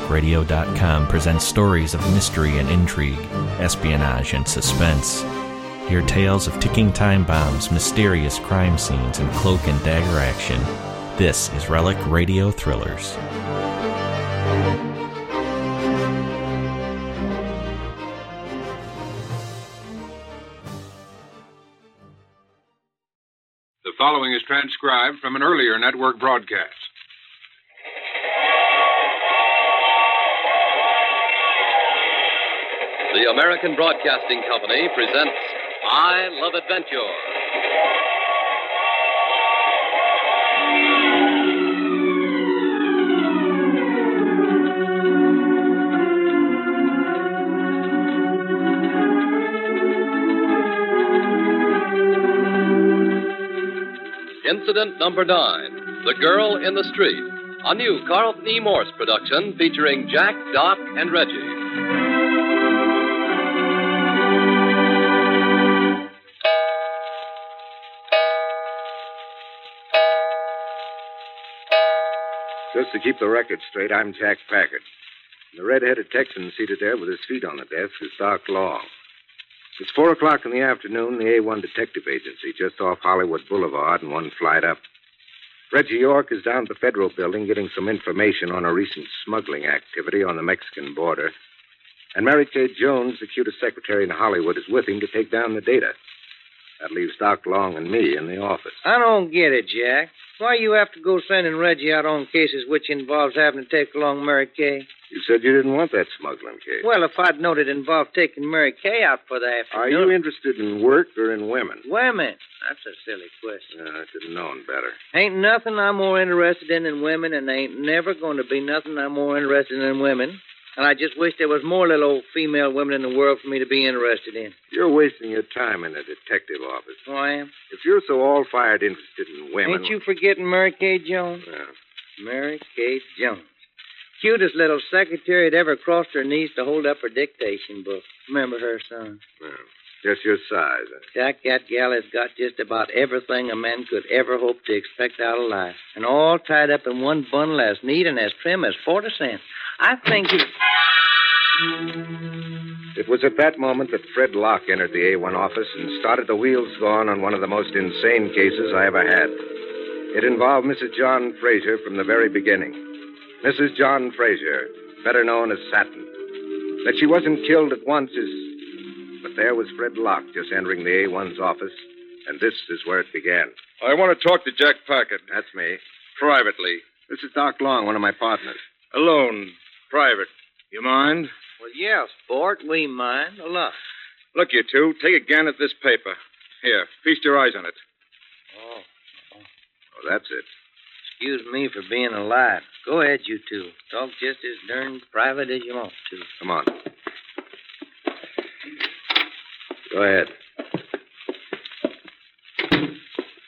BlogTalkRadio.com presents stories of mystery and intrigue, espionage and suspense. Hear tales of ticking time bombs, mysterious crime scenes, and cloak and dagger action. This is Relic Radio Thrillers. The following is transcribed from an earlier network broadcast. The American Broadcasting Company presents I Love Adventure. Incident number nine The Girl in the Street, a new Carlton E. Morse production featuring Jack, Doc, and Reggie. Just to keep the record straight, I'm Jack Packard. The red-headed Texan seated there with his feet on the desk is Doc Long. It's four o'clock in the afternoon. The A1 Detective Agency, just off Hollywood Boulevard, and one flight up. Reggie York is down at the Federal Building getting some information on a recent smuggling activity on the Mexican border. And Mary Kay Jones, the cutest secretary in Hollywood, is with him to take down the data. That leaves Doc Long and me in the office. I don't get it, Jack. Why you have to go sending Reggie out on cases which involves having to take along Mary Kay? You said you didn't want that smuggling case. Well, if I'd known it involved taking Mary Kay out for the Are afternoon. you interested in work or in women? Women. That's a silly question. Yeah, I should have known better. Ain't nothing I'm more interested in than women, and ain't never going to be nothing I'm more interested in than women. And I just wish there was more little old female women in the world for me to be interested in. You're wasting your time in a detective office. Oh, I am. If you're so all fired interested in women. Ain't you forgetting Mary Kay Jones? Yeah. Mary Kay Jones. Cutest little secretary that ever crossed her knees to hold up her dictation book. Remember her, son? yeah. Just your size. huh? Jack, that gal has got just about everything a man could ever hope to expect out of life. And all tied up in one bundle as neat and as trim as 40 cents. I think you... It was at that moment that Fred Locke entered the A1 office and started the wheels gone on one of the most insane cases I ever had. It involved Mrs. John Fraser from the very beginning. Mrs. John Fraser, better known as Satin. That she wasn't killed at once is. But there was Fred Locke just entering the A1's office, and this is where it began. I want to talk to Jack Packard That's me. privately, This is Doc Long, one of my partners. alone, private. You mind? Well, yeah, sport, we mind a lot. Look, you two, take a gun at this paper. Here, feast your eyes on it. Oh, Oh, that's it. excuse me for being alive. Go ahead, you two. Talk just as darn private as you want to. Come on. Go ahead.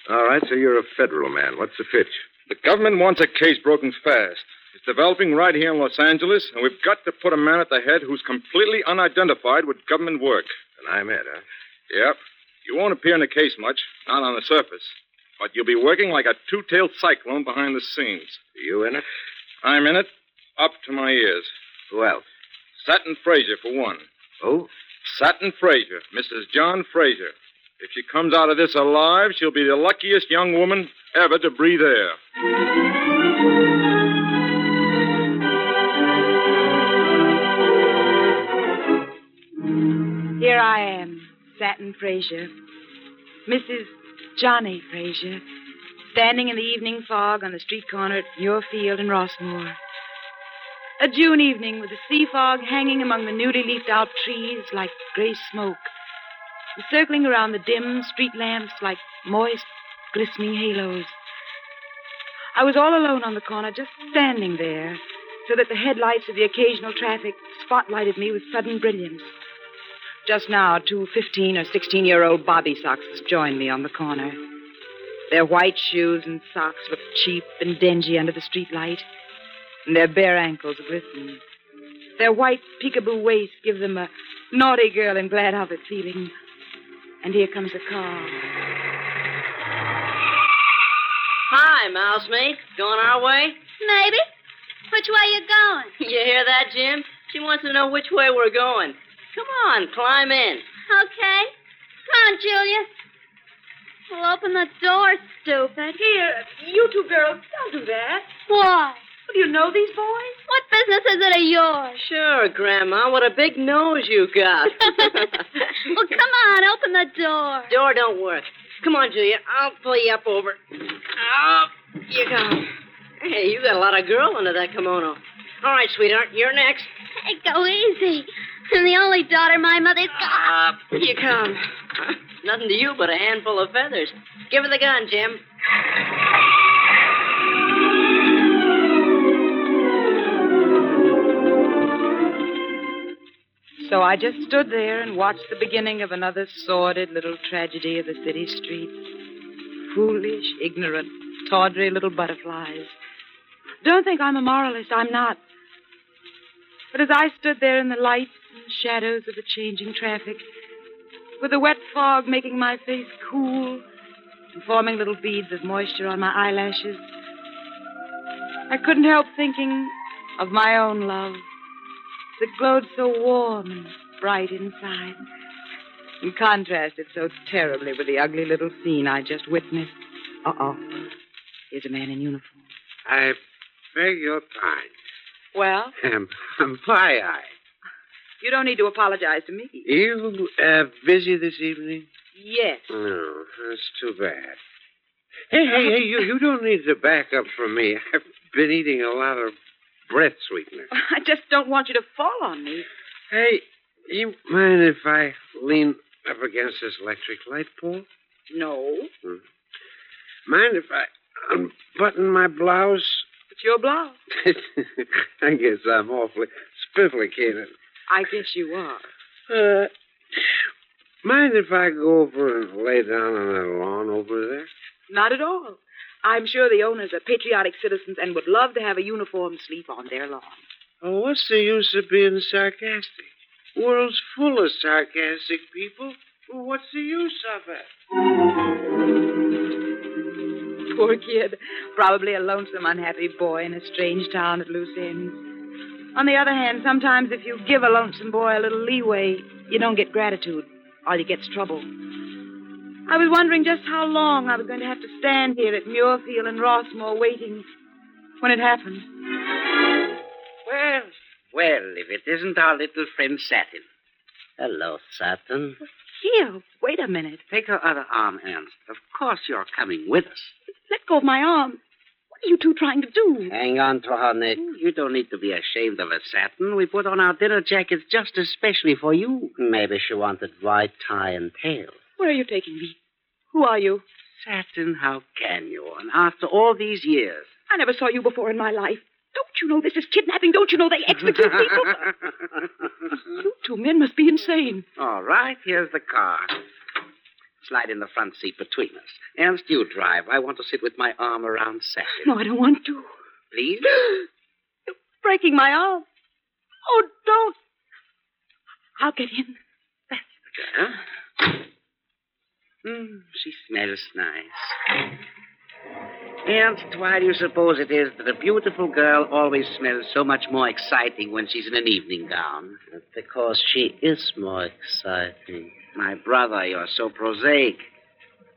All right, so you're a federal man. What's the pitch? The government wants a case broken fast. It's developing right here in Los Angeles, and we've got to put a man at the head who's completely unidentified with government work. And I'm it, huh? Yep. You won't appear in the case much, not on the surface. But you'll be working like a two tailed cyclone behind the scenes. Are you in it? I'm in it, up to my ears. Who else? Satin Fraser, for one. Oh, Satin Fraser, Mrs. John Fraser. If she comes out of this alive, she'll be the luckiest young woman ever to breathe air. Here I am, Satin Fraser, Mrs. Johnny Fraser, standing in the evening fog on the street corner at Muir Field and Rossmore. A June evening with the sea fog hanging among the newly leafed out trees like gray smoke, and circling around the dim street lamps like moist, glistening halos. I was all alone on the corner, just standing there, so that the headlights of the occasional traffic spotlighted me with sudden brilliance. Just now, two 15 or 16 year old Bobby Soxes joined me on the corner. Their white shoes and socks looked cheap and dingy under the streetlight, and their bare ankles glistened. Their white peekaboo waist gives them a naughty girl and glad of it feeling. And here comes a car. Hi, mousemate. Going our way? Maybe. Which way you going? You hear that, Jim? She wants to know which way we're going. Come on, climb in. Okay. Come on, Julia. Well, open the door, stupid. Here, you two girls, don't do that. Why? Well, do you know these boys? What business is it of yours? Sure, Grandma. What a big nose you got. well, come on, open the door. Door don't work. Come on, Julia. I'll pull you up over. Ah. Up you go. Hey, you got a lot of girl under that kimono. All right, sweetheart, you're next. Hey, go easy. I'm the only daughter my mother's got. Up Uh, you come. Nothing to you but a handful of feathers. Give her the gun, Jim. So I just stood there and watched the beginning of another sordid little tragedy of the city streets. Foolish, ignorant, tawdry little butterflies. Don't think I'm a moralist. I'm not. But as I stood there in the lights and shadows of the changing traffic, with the wet fog making my face cool and forming little beads of moisture on my eyelashes, I couldn't help thinking of my own love that glowed so warm and bright inside, and contrasted so terribly with the ugly little scene I just witnessed. Uh oh. Here's a man in uniform. I beg your pardon. Well? Um, um, why I? You don't need to apologize to me. You uh, busy this evening? Yes. No, that's too bad. Hey, hey, hey, you, you don't need to back up from me. I've been eating a lot of breath sweetener. I just don't want you to fall on me. Hey, you mind if I lean up against this electric light pole? No. Hmm. Mind if I unbutton my blouse? It's your blouse. I guess I'm awfully spiflicated. I guess you are. Uh, mind if I go over and lay down on that lawn over there? Not at all. I'm sure the owners are patriotic citizens and would love to have a uniform sleep on their lawn. Oh, what's the use of being sarcastic? World's full of sarcastic people. Well, what's the use of it? Poor kid. Probably a lonesome, unhappy boy in a strange town at loose ends. On the other hand, sometimes if you give a lonesome boy a little leeway, you don't get gratitude. All you get's trouble. I was wondering just how long I was going to have to stand here at Muirfield and Rossmore waiting when it happened. Well, well, if it isn't our little friend Satin. Hello, Satin. Here, wait a minute. Take her other arm, Ernst. Of course you're coming with us. Let go of my arm. What are you two trying to do? Hang on to her neck. You don't need to be ashamed of her, Satin. We put on our dinner jackets just especially for you. Maybe she wanted white tie and tails. Where are you taking me? Who are you? Satin, how can you? And after all these years. I never saw you before in my life. Don't you know this is kidnapping? Don't you know they execute people? you two men must be insane. All right, here's the car. Slide in the front seat between us. Ernst, you drive. I want to sit with my arm around Satin. No, I don't want to. Please? You're breaking my arm. Oh, don't. I'll get in. That's the girl. Mm, she smells nice. Ernst, why do you suppose it is that a beautiful girl always smells so much more exciting when she's in an evening gown? Because she is more exciting. My brother, you're so prosaic.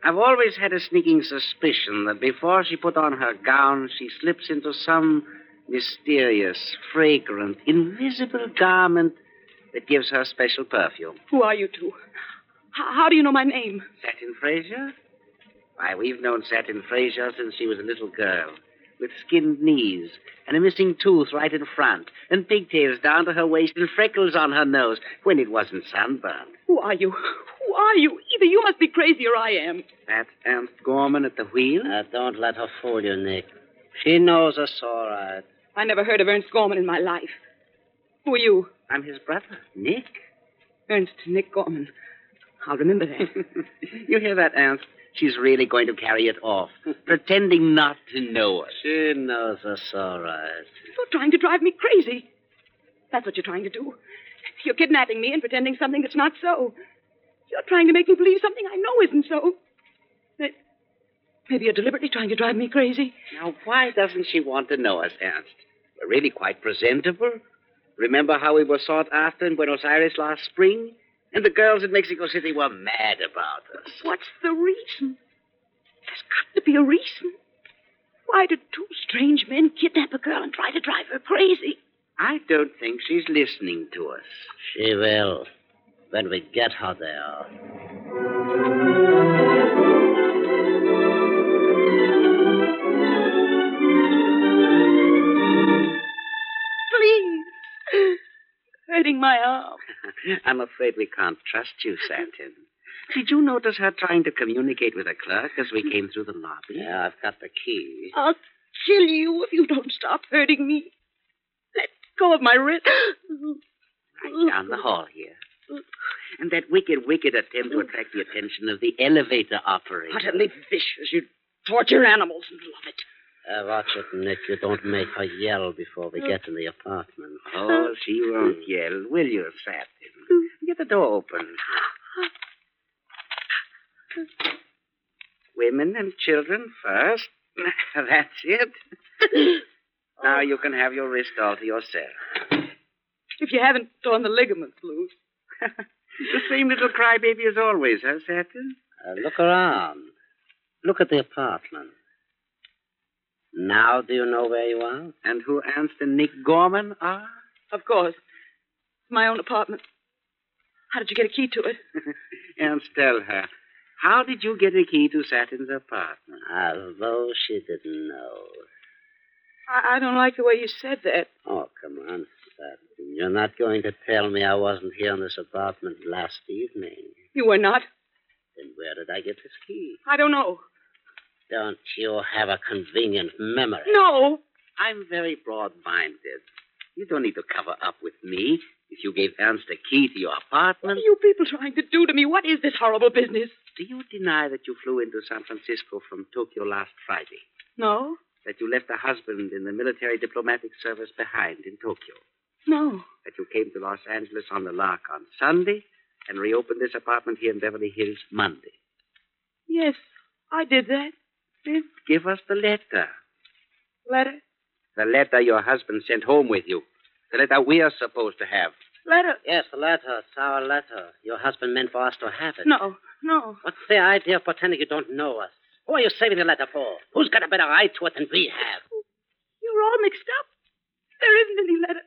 I've always had a sneaking suspicion that before she put on her gown, she slips into some mysterious, fragrant, invisible garment that gives her special perfume. Who are you two? How do you know my name? Satin Fraser? Why, we've known Satin Fraser since she was a little girl, with skinned knees and a missing tooth right in front, and pigtails down to her waist and freckles on her nose when it wasn't sunburn. Who are you? Who are you? Either you must be crazy or I am. That's Ernst Gorman at the wheel? Now, Uh, don't let her fool you, Nick. She knows us all right. I never heard of Ernst Gorman in my life. Who are you? I'm his brother, Nick. Ernst Nick Gorman. I'll remember that. you hear that, Ernst? She's really going to carry it off, pretending not to know us. She knows us all right. You're trying to drive me crazy. That's what you're trying to do. You're kidnapping me and pretending something that's not so. You're trying to make me believe something I know isn't so. Maybe you're deliberately trying to drive me crazy. Now, why doesn't she want to know us, Ernst? Really quite presentable. Remember how we were sought after in Buenos Aires last spring? And the girls in Mexico City were mad about us. What's the reason? There's got to be a reason. Why did two strange men kidnap a girl and try to drive her crazy? I don't think she's listening to us. She will. When we get her there. Please. Hurting my arm. I'm afraid we can't trust you, Santin. Did you notice her trying to communicate with a clerk as we came through the lobby? Yeah, I've got the key. I'll kill you if you don't stop hurting me. Let go of my wrist. Right down the hall here. And that wicked, wicked attempt to attract the attention of the elevator operator. Utterly vicious. You torture animals and love it. Uh, watch it, Nick. You don't make her yell before we get in the apartment. Oh, she won't yell, will you, Satin? Get the door open. Women and children first. That's it. now you can have your wrist all to yourself. If you haven't torn the ligaments loose. The same little crybaby as always, huh, Satin? Uh, look around. Look at the apartment. Now do you know where you are? And who Anston Nick Gorman Ah, are? Of course. It's my own apartment. How did you get a key to it? And tell her, how did you get a key to Satin's apartment? Although she didn't know. I, I don't like the way you said that. Oh, come on, Satin. You're not going to tell me I wasn't here in this apartment last evening. You were not. Then where did I get this key? I don't know. Don't you have a convenient memory? No. I'm very broad minded. You don't need to cover up with me. If you gave Ernst a key to your What apartment, are you people trying to do to me? What is this horrible business? do you deny that you flew into San Francisco from Tokyo last Friday? No. That you left a husband in the military diplomatic service behind in Tokyo? No. That you came to Los Angeles on the lark on Sunday and reopened this apartment here in Beverly Hills Monday? Yes, I did that. Then give us the letter. Letter. The letter your husband sent home with you. The letter we are supposed to have. Letter. Yes, the letter. It's our letter. Your husband meant for us to have it. No, no. What's the idea of pretending you don't know us? Who are you saving the letter for? Who's got a better eye to it than we have? You're all mixed up. There isn't any letter.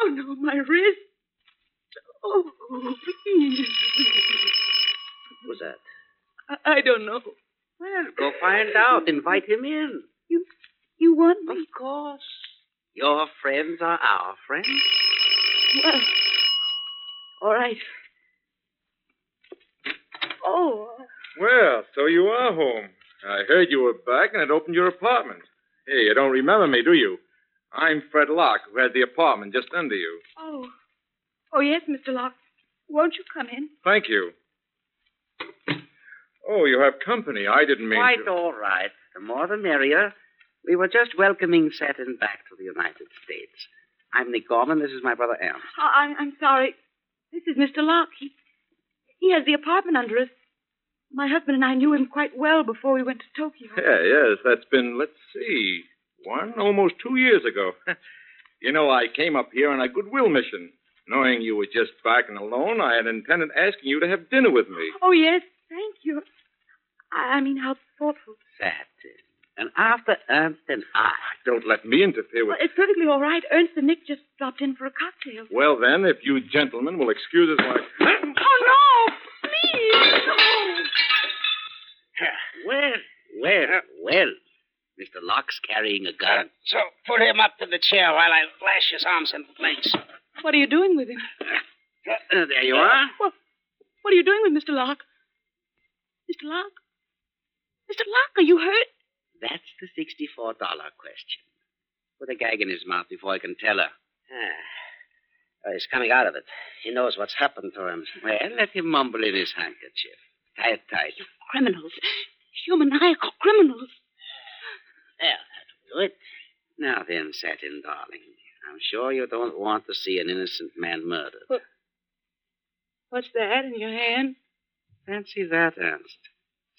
Oh, no, my wrist. Oh, please. Who's that? I, I don't know. Well, go find out. Invite him in. You want me? Of course. Your friends are our friends. Well, all right. Oh, Well, so you are home. I heard you were back, and it opened your apartment. Hey, you don't remember me, do you? I'm Fred Locke, who had the apartment just under you. oh. Oh, yes, Mr. Locke. Won't you come in? Thank you. Oh, you have company. I didn't mean Quite to. all right. The more the merrier. We were just welcoming Saturn back to the United States. I'm Nick Gorman. This is my brother Ernst. I, I'm, I'm sorry. This is Mr. Locke. He, he has the apartment under us. My husband and I knew him quite well before we went to Tokyo. Yeah, yes, that's been, let's see, one, almost two years ago. you know, I came up here on a goodwill mission. Knowing you were just back and alone, I had intended asking you to have dinner with me. Oh, yes, thank you. I, I mean, how thoughtful. Saturn. And after Ernst and I. Don't let me interfere Well, with. it's perfectly all right. Ernst and Nick just dropped in for a cocktail. Well, then, if you gentlemen will excuse us, why. Oh, no! Please! Well, well, well. Mr. Locke's carrying a gun. Uh, So pull him up to the chair while I lash his arms and legs. What are you doing with him? Uh, there you are. What, what are you doing with Mr. Locke? Mr. Locke? Mr. Locke, are you hurt? That's the $64 question. Put a gag in his mouth before I can tell her. Uh. Oh, he's coming out of it. He knows what's happened to him. Well, let him mumble in his handkerchief. Tie it tight. Criminals. Humaniacal criminals. Well, that'll do it. Now then, Satin, darling. I'm sure you don't want to see an innocent man murdered. What's that in your hand? Fancy that, Ernst.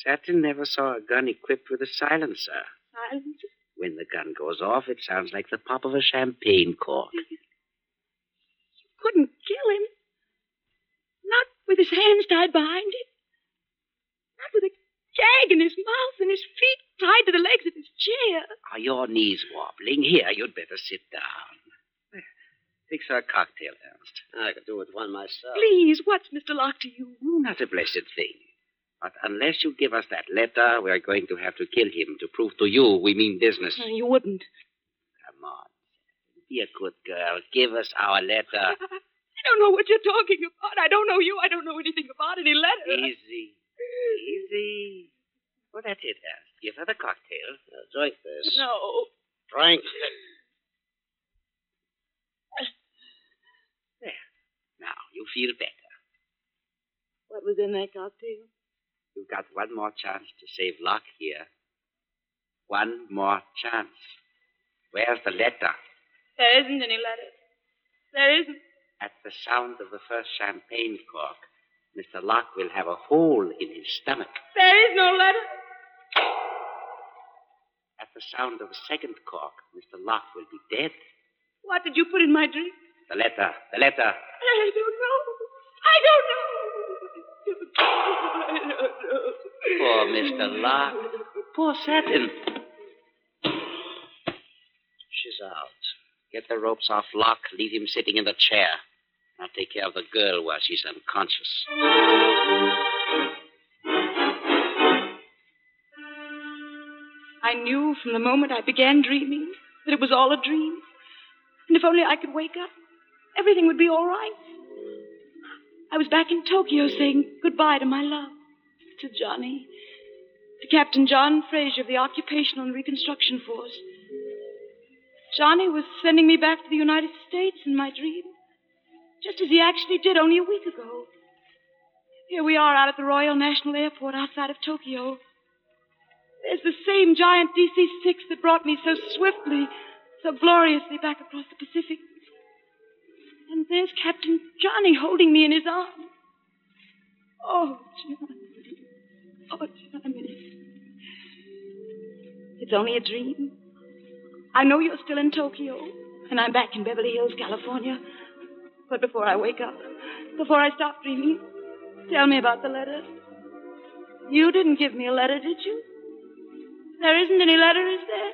Satin never saw a gun equipped with a silencer. Silence. When the gun goes off, it sounds like the pop of a champagne cork. Couldn't kill him. Not with his hands tied behind him. Not with a gag in his mouth and his feet tied to the legs of his chair. Are your knees wobbling? Here, you'd better sit down. Fix her a cocktail, Ernst. I could do with one myself. Please, what's Mr. Locke to you? Not a blessed thing. But unless you give us that letter, we're going to have to kill him to prove to you we mean business. Uh, You wouldn't. Come on. Be a good girl. Give us our letter. I don't know what you're talking about. I don't know you. I don't know anything about any letter. Easy. Easy. Well, that's it, Ernst. Give her the cocktail. Now, drink this. No. Drink. Now, you feel better. What was in that cocktail? You've got one more chance to save Locke here. One more chance. Where's the letter? There isn't any letter. There isn't. At the sound of the first champagne cork, Mr. Locke will have a hole in his stomach. There is no letter. At the sound of the second cork, Mr. Locke will be dead. What did you put in my drink? The letter, the letter. I don't know. I don't know. I don't know. Poor Mr. Oh, Locke. Poor Satin. She's out. Get the ropes off Locke, leave him sitting in the chair. I'll take care of the girl while she's unconscious. I knew from the moment I began dreaming that it was all a dream. And if only I could wake up, everything would be all right. I was back in Tokyo saying goodbye to my love, to Johnny, to Captain John Fraser of the Occupational and Reconstruction Force. Johnny was sending me back to the United States in my dream, just as he actually did only a week ago. Here we are out at the Royal National Airport outside of Tokyo. There's the same giant DC 6 that brought me so swiftly, so gloriously back across the Pacific. And there's Captain Johnny holding me in his arms. Oh, Johnny. Oh, Johnny. It's only a dream. I know you're still in Tokyo, and I'm back in Beverly Hills, California. But before I wake up, before I stop dreaming, tell me about the letter. You didn't give me a letter, did you? There isn't any letter, is there?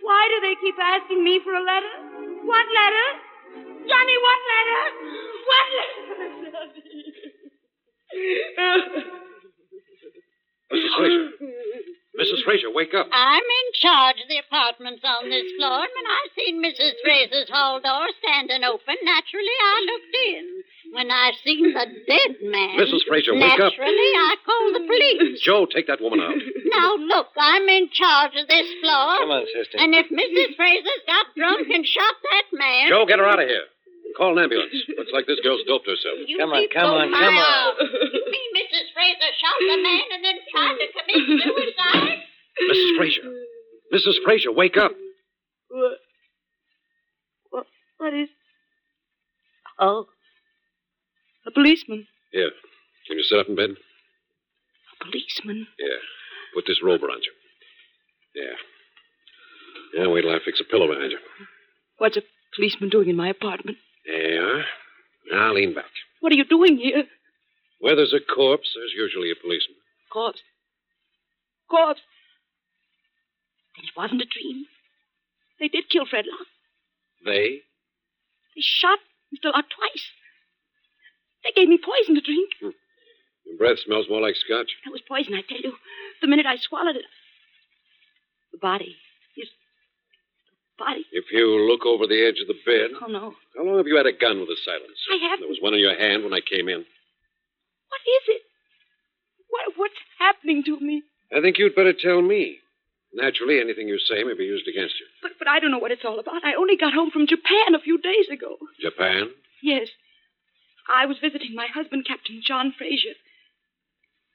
Why do they keep asking me for a letter? What letter? Johnny, what letter? What letter, Mrs. Fraser. Mrs. Fraser, wake up. I'm in charge of the apartments on this floor, and when I seen Mrs. Fraser's hall door standing open, naturally I looked in. When I seen the dead man, Mrs. Fraser, wake up. naturally I called the police. Joe, take that woman out. Now look, I'm in charge of this floor. Come on, sister. And if Mrs. Fraser's got drunk and shot that man, Joe, get her out of here. Call an ambulance. Looks like this girl's doped herself. You Come on, people come on, come on. You mean Mrs. Fraser shot the man and then tried to commit suicide? Mrs. Fraser. Mrs. Fraser, wake up. What? What, what is. Oh. A policeman. Here. Can you sit up in bed? A policeman? Yeah. Put this robe around you. Yeah. Yeah, wait till I fix a pillow behind you. What's a policeman doing in my apartment? There you are. Now lean back. What are you doing here? Where there's a corpse, there's usually a policeman. Corpse. Corpse. Then it wasn't a dream. They did kill Fred Locke. They? They shot Mr. Locke twice. They gave me poison to drink. Hmm. Your breath smells more like scotch. It was poison, I tell you. The minute I swallowed it, the body. His body. If you look over the edge of the bed. Oh, no. How long have you had a gun with a silencer? I haven't. There was one in your hand when I came in. What is it? What, what's happening to me? I think you'd better tell me. Naturally, anything you say may be used against you. But, but I don't know what it's all about. I only got home from Japan a few days ago. Japan? Yes. I was visiting my husband, Captain John Fraser.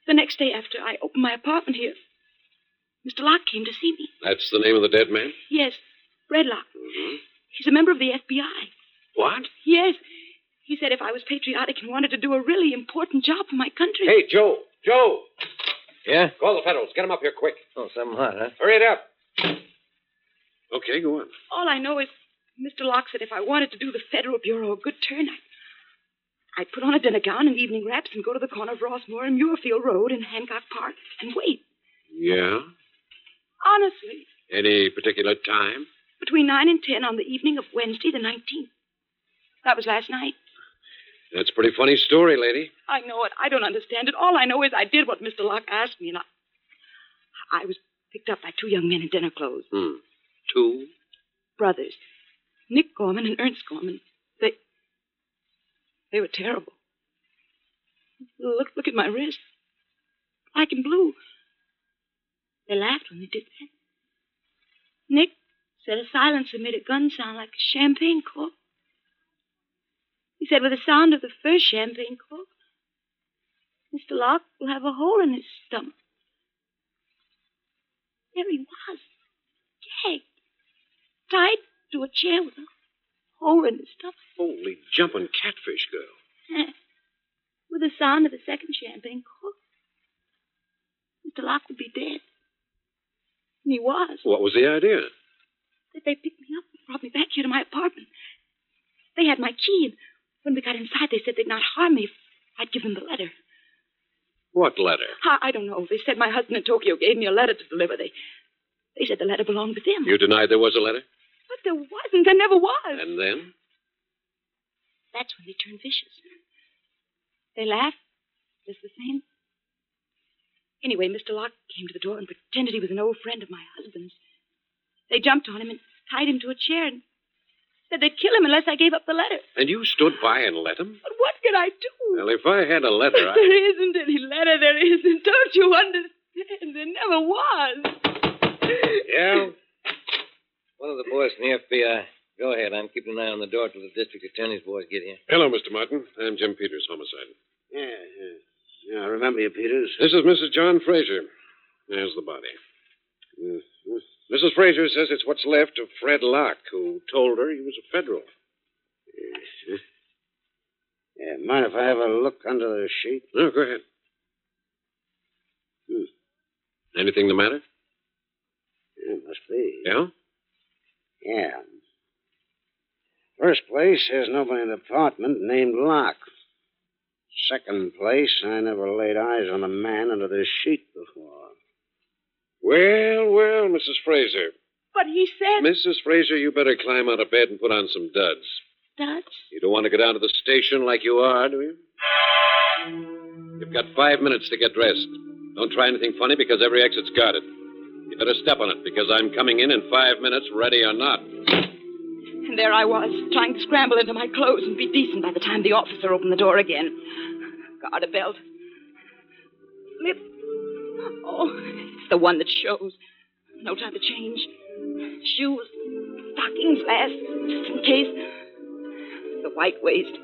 The next day after I opened my apartment here, Mr. Locke came to see me. That's the name of the dead man? Yes, Red Locke. Mm-hmm. He's a member of the FBI. What? Yes. He said if I was patriotic and wanted to do a really important job for my country. Hey, Joe. Joe. Yeah? Call the Federals. Get them up here quick. Oh, something hot, huh? Hurry it up. Okay, go on. All I know is, Mr. Locke said if I wanted to do the Federal Bureau a good turn, I, I'd put on a dinner gown and evening wraps and go to the corner of Rossmore and Muirfield Road and Hancock Park and wait. Yeah? Honestly, Any particular time? between 9 and 10 on the evening of Wednesday, the 19th. That was last night. That's a pretty funny story, lady. I know it. I don't understand it. All I know is I did what Mr. Locke asked me, and I, I was picked up by two young men in dinner clothes, Hmm. Two? brothers, Nick Gorman and Ernst Gorman. They, they were terrible. Look, look at my wrist, black and blue. They laughed when they did that. Nick said a silencer made a gun sound like a champagne cork. He said, with the sound of the first champagne cork, Mr. Locke will have a hole in his stomach. There he was, gagged, tied to a chair with a hole in his stomach. Holy jumping catfish, girl. with the sound of the second champagne cork, Mr. Locke would be dead. And he was. What was the idea? that they picked me up and brought me back here to my apartment. They had my key, and when we got inside, they said they'd not harm me if I'd give them the letter. What letter? I, I don't know. They said my husband in Tokyo gave me a letter to deliver. They, they said the letter belonged to them. You denied there was a letter? But there wasn't. There never was. And then? That's when they turned vicious. They laughed just the same. Anyway, Mr. Locke came to the door and pretended he was an old friend of my husband's. They jumped on him and tied him to a chair and said they'd kill him unless I gave up the letter. And you stood by and let him? But what could I do? Well, if I had a letter, I. There isn't any letter. There isn't. Don't you understand? There never was. Yeah? One of the boys from the FBI. Go ahead. I'm keeping an eye on the door till the district attorney's boys get here. Hello, Mr. Martin. I'm Jim Peters, homicide. Yeah, yeah. Yeah, I remember you, Peters. This is Mrs. John Fraser. There's the body. Mrs. Fraser says it's what's left of Fred Locke, who told her he was a federal. Yeah, mind if I have a look under the sheet? No, Oh, go ahead. Anything the matter? Yeah, must be. Yeah? Yeah. First place, there's nobody in the apartment named Locke. Second place, I never laid eyes on a man under this sheet before. Well, well, Mrs. Fraser. But he said. Mrs. Fraser, you better climb out of bed and put on some duds. Dutch? You don't want to go down to the station like you are, do you? You've got five minutes to get dressed. Don't try anything funny because every exit's guarded. You better step on it because I'm coming in in five minutes, ready or not. And there I was, trying to scramble into my clothes and be decent by the time the officer opened the door again. Garter belt. Lip. Oh, it's the one that shows. No time to change. Shoes. Stockings last, just in case. The white waist.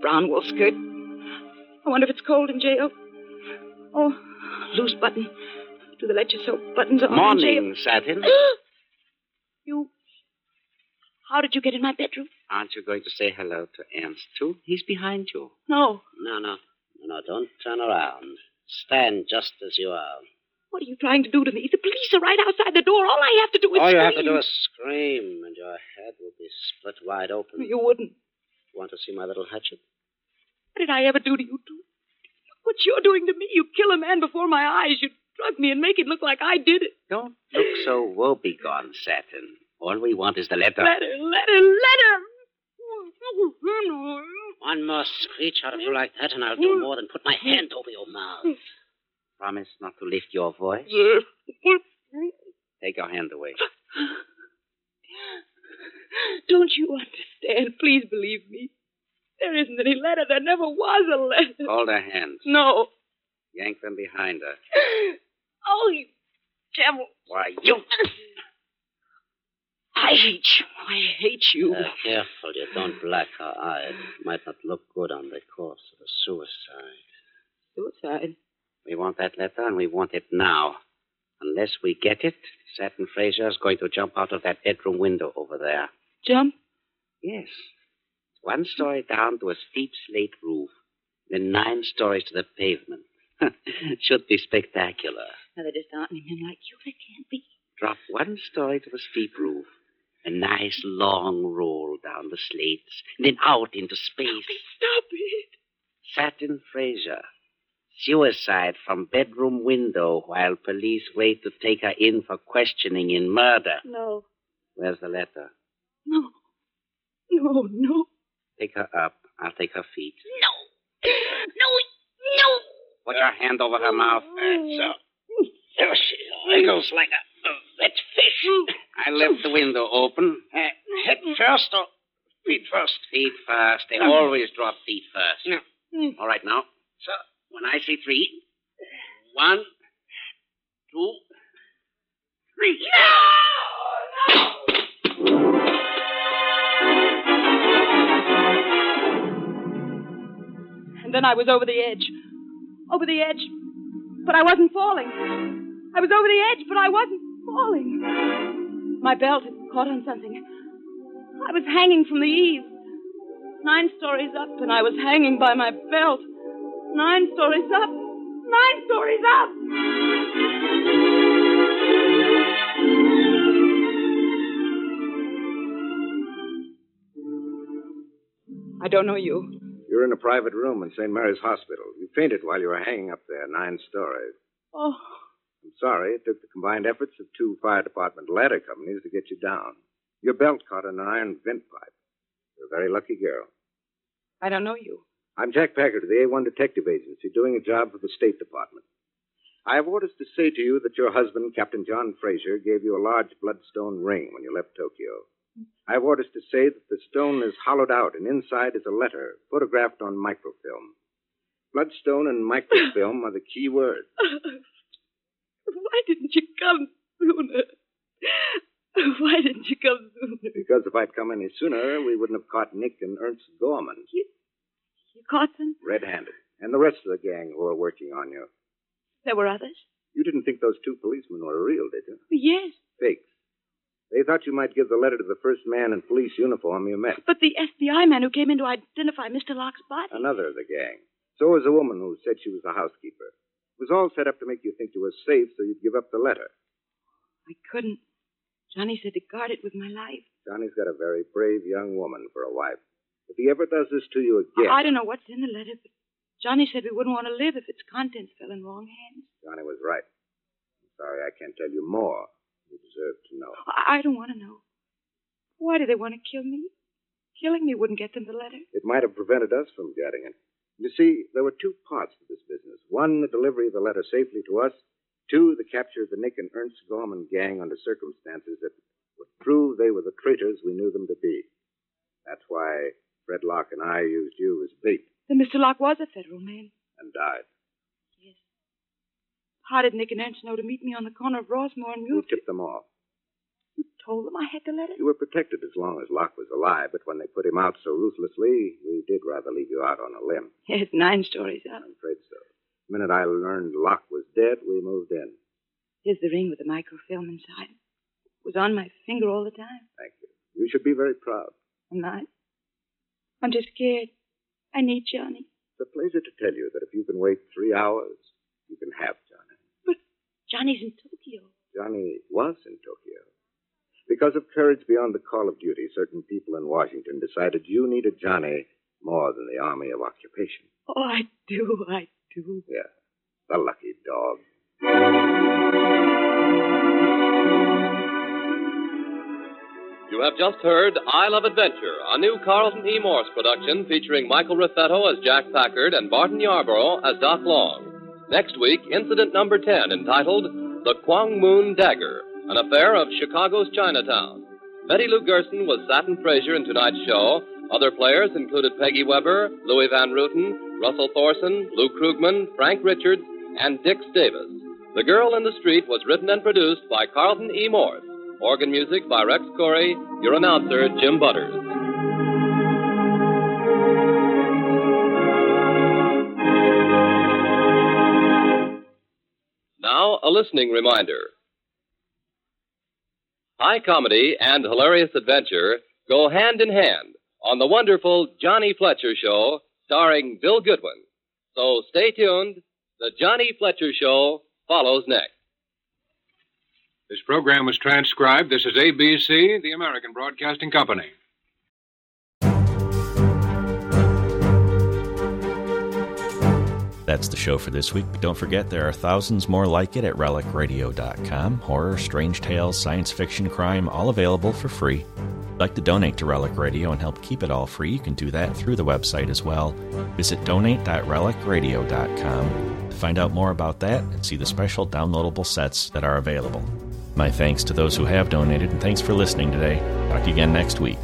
Brown wool skirt. I wonder if it's cold in jail. Oh, loose button. Do they let you sew buttons on in Morning, Satin. jail? you. How did you get in my bedroom? Aren't you going to say hello to Ernst, too? He's behind you. No. No, no. No, no, don't turn around. Stand just as you are. What are you trying to do to me? The police are right outside the door. All I have to do is All you have to scream. do is scream, and your head will be split wide open. You wouldn't. Want to see my little hatchet? What did I ever do to you two? Look what you're doing to me. You kill a man before my eyes. You drug me and make it look like I did it. Don't. Look so woebegone, Satin. All we want is the letter. Letter, letter, letter. One more screech out of you like that, and I'll do more than put my hand over your mouth. Promise not to lift your voice. Take your hand away. Don't you understand? Please believe me. There isn't any letter. There never was a letter. Hold her hands. No. Yank them behind her. Oh, you devil. Why, you. I hate you. I hate you. Uh, careful, you don't black her eye. It might not look good on the corpse of a suicide. Suicide. We want that letter, and we want it now. Unless we get it, Satin Fraser is going to jump out of that bedroom window over there. Jump? Yes. One story down to a steep slate roof, then nine stories to the pavement. Should be spectacular. Now, there just aren't any men like you. There can't be. Drop one story to a steep roof. A nice long roll down the slates, and then out into space. Stop it. Satin Fraser. Suicide from bedroom window while police wait to take her in for questioning in murder. No, Where's the letter? no. No, no. Take her up. I'll take her feet. No, no. Put your hand over her mouth. That's so. There she wriggles like a, a wet fish. I left the window open. Uh, head first or feet first? Feet first. They No. always drop feet first. No. All right, now. So, When I say three, one, two, three. And then I was over the edge. Over the edge. But I wasn't falling. I was over the edge, but I wasn't falling. My belt had caught on something. I was hanging from the eaves. Nine stories up, and I was hanging by my belt. Nine stories up. Nine stories up! I don't know you. You're in a private room in St. Mary's Hospital. You fainted while you were hanging up there, nine stories. Oh, I'm sorry, it took the combined efforts of two fire department ladder companies to get you down. Your belt caught in an iron vent pipe. You're a very lucky girl. I don't know you. I'm Jack Packard of the A1 Detective Agency, doing a job for the State Department. I have orders to say to you that your husband, Captain John Fraser, gave you a large bloodstone ring when you left Tokyo. I have orders to say that the stone is hollowed out and inside is a letter photographed on microfilm. Bloodstone and microfilm are the key words. Why didn't you come sooner? Why didn't you come sooner? Because if I'd come any sooner, we wouldn't have caught Nick and Ernst Gorman. You caught them? Red handed. And the rest of the gang who are working on you. There were others? You didn't think those two policemen were real, did you? Yes, Fakes. They thought you might give the letter to the first man in police uniform you met. but the FBI man who came in to identify Mr. Locke's body. Another of the gang. So was a woman who said she was the housekeeper. It was all set up to make you think you were safe so you'd give up the letter. I couldn't. Johnny said to guard it with my life. Johnny's got a very brave young woman for a wife. If he ever does this to you again. I don't know what's in the letter, but Johnny said we wouldn't want to live if its contents fell in wrong hands. Johnny was right. I'm sorry I can't tell you more. You deserve to know. I, I don't want to know. Why do they want to kill me? Killing me wouldn't get them the letter. It might have prevented us from getting it. You see, there were two parts to this business. One, the delivery of the letter safely to us. Two, the capture of the Nick and Ernst Gorman gang under circumstances that would prove they were the traitors we knew them to be. That's why Fred Locke and I used you as bait Then Mr. Locke was a federal man. and died. How did Nick and Ernst know to meet me on the corner of Rossmore and You Mule? tipped them off. Told them I had the letter. You were protected as long as Locke was alive, but when they put him out so ruthlessly, we did rather leave you out on a limb. Yes, nine stories up. I'm afraid so. The minute I learned Locke was dead, we moved in. Here's the ring with the microfilm inside. It was on my finger all the time. Thank you. You should be very proud. I'm not. I'm just scared. I need Johnny. It's a pleasure to tell you that if you can wait three hours, you can have Johnny. Johnny's in Tokyo. Johnny was in Tokyo. Because of courage beyond the call of duty, certain people in Washington decided you needed Johnny more than the army of occupation. Oh, I do. I do. Yeah, the lucky dog. You have just heard I Love Adventure, a new Carlton E. Morse production featuring Michael Raffetto as Jack Packard and Barton Yarborough as Doc Long. Next week, incident number 10, entitled The Kwang Moon Dagger, an affair of Chicago's Chinatown. Betty Lou Gerson was Satin Frazier in tonight's show. Other players included Peggy Weber, Louis Van Ruten, Russell Thorson, Lou Krugman, Frank Richards, and Dix Davis. The Girl in the Street was written and produced by Carlton E. Morse. Organ music by Rex Corey, your announcer, Jim Butters. Now, a listening reminder. High comedy and hilarious adventure go hand in hand on the wonderful Johnny Fletcher Show starring Bill Goodwin. So stay tuned. The Johnny Fletcher Show follows next. This program was transcribed. This is ABC, the American Broadcasting Company. That's the show for this week. Don't forget there are thousands more like it at relicradio.com. Horror, strange tales, science fiction, crime, all available for free. If you'd like to donate to Relic Radio and help keep it all free, you can do that through the website as well. Visit donate.relicradio.com to find out more about that and see the special downloadable sets that are available. My thanks to those who have donated and thanks for listening today. Talk to you again next week.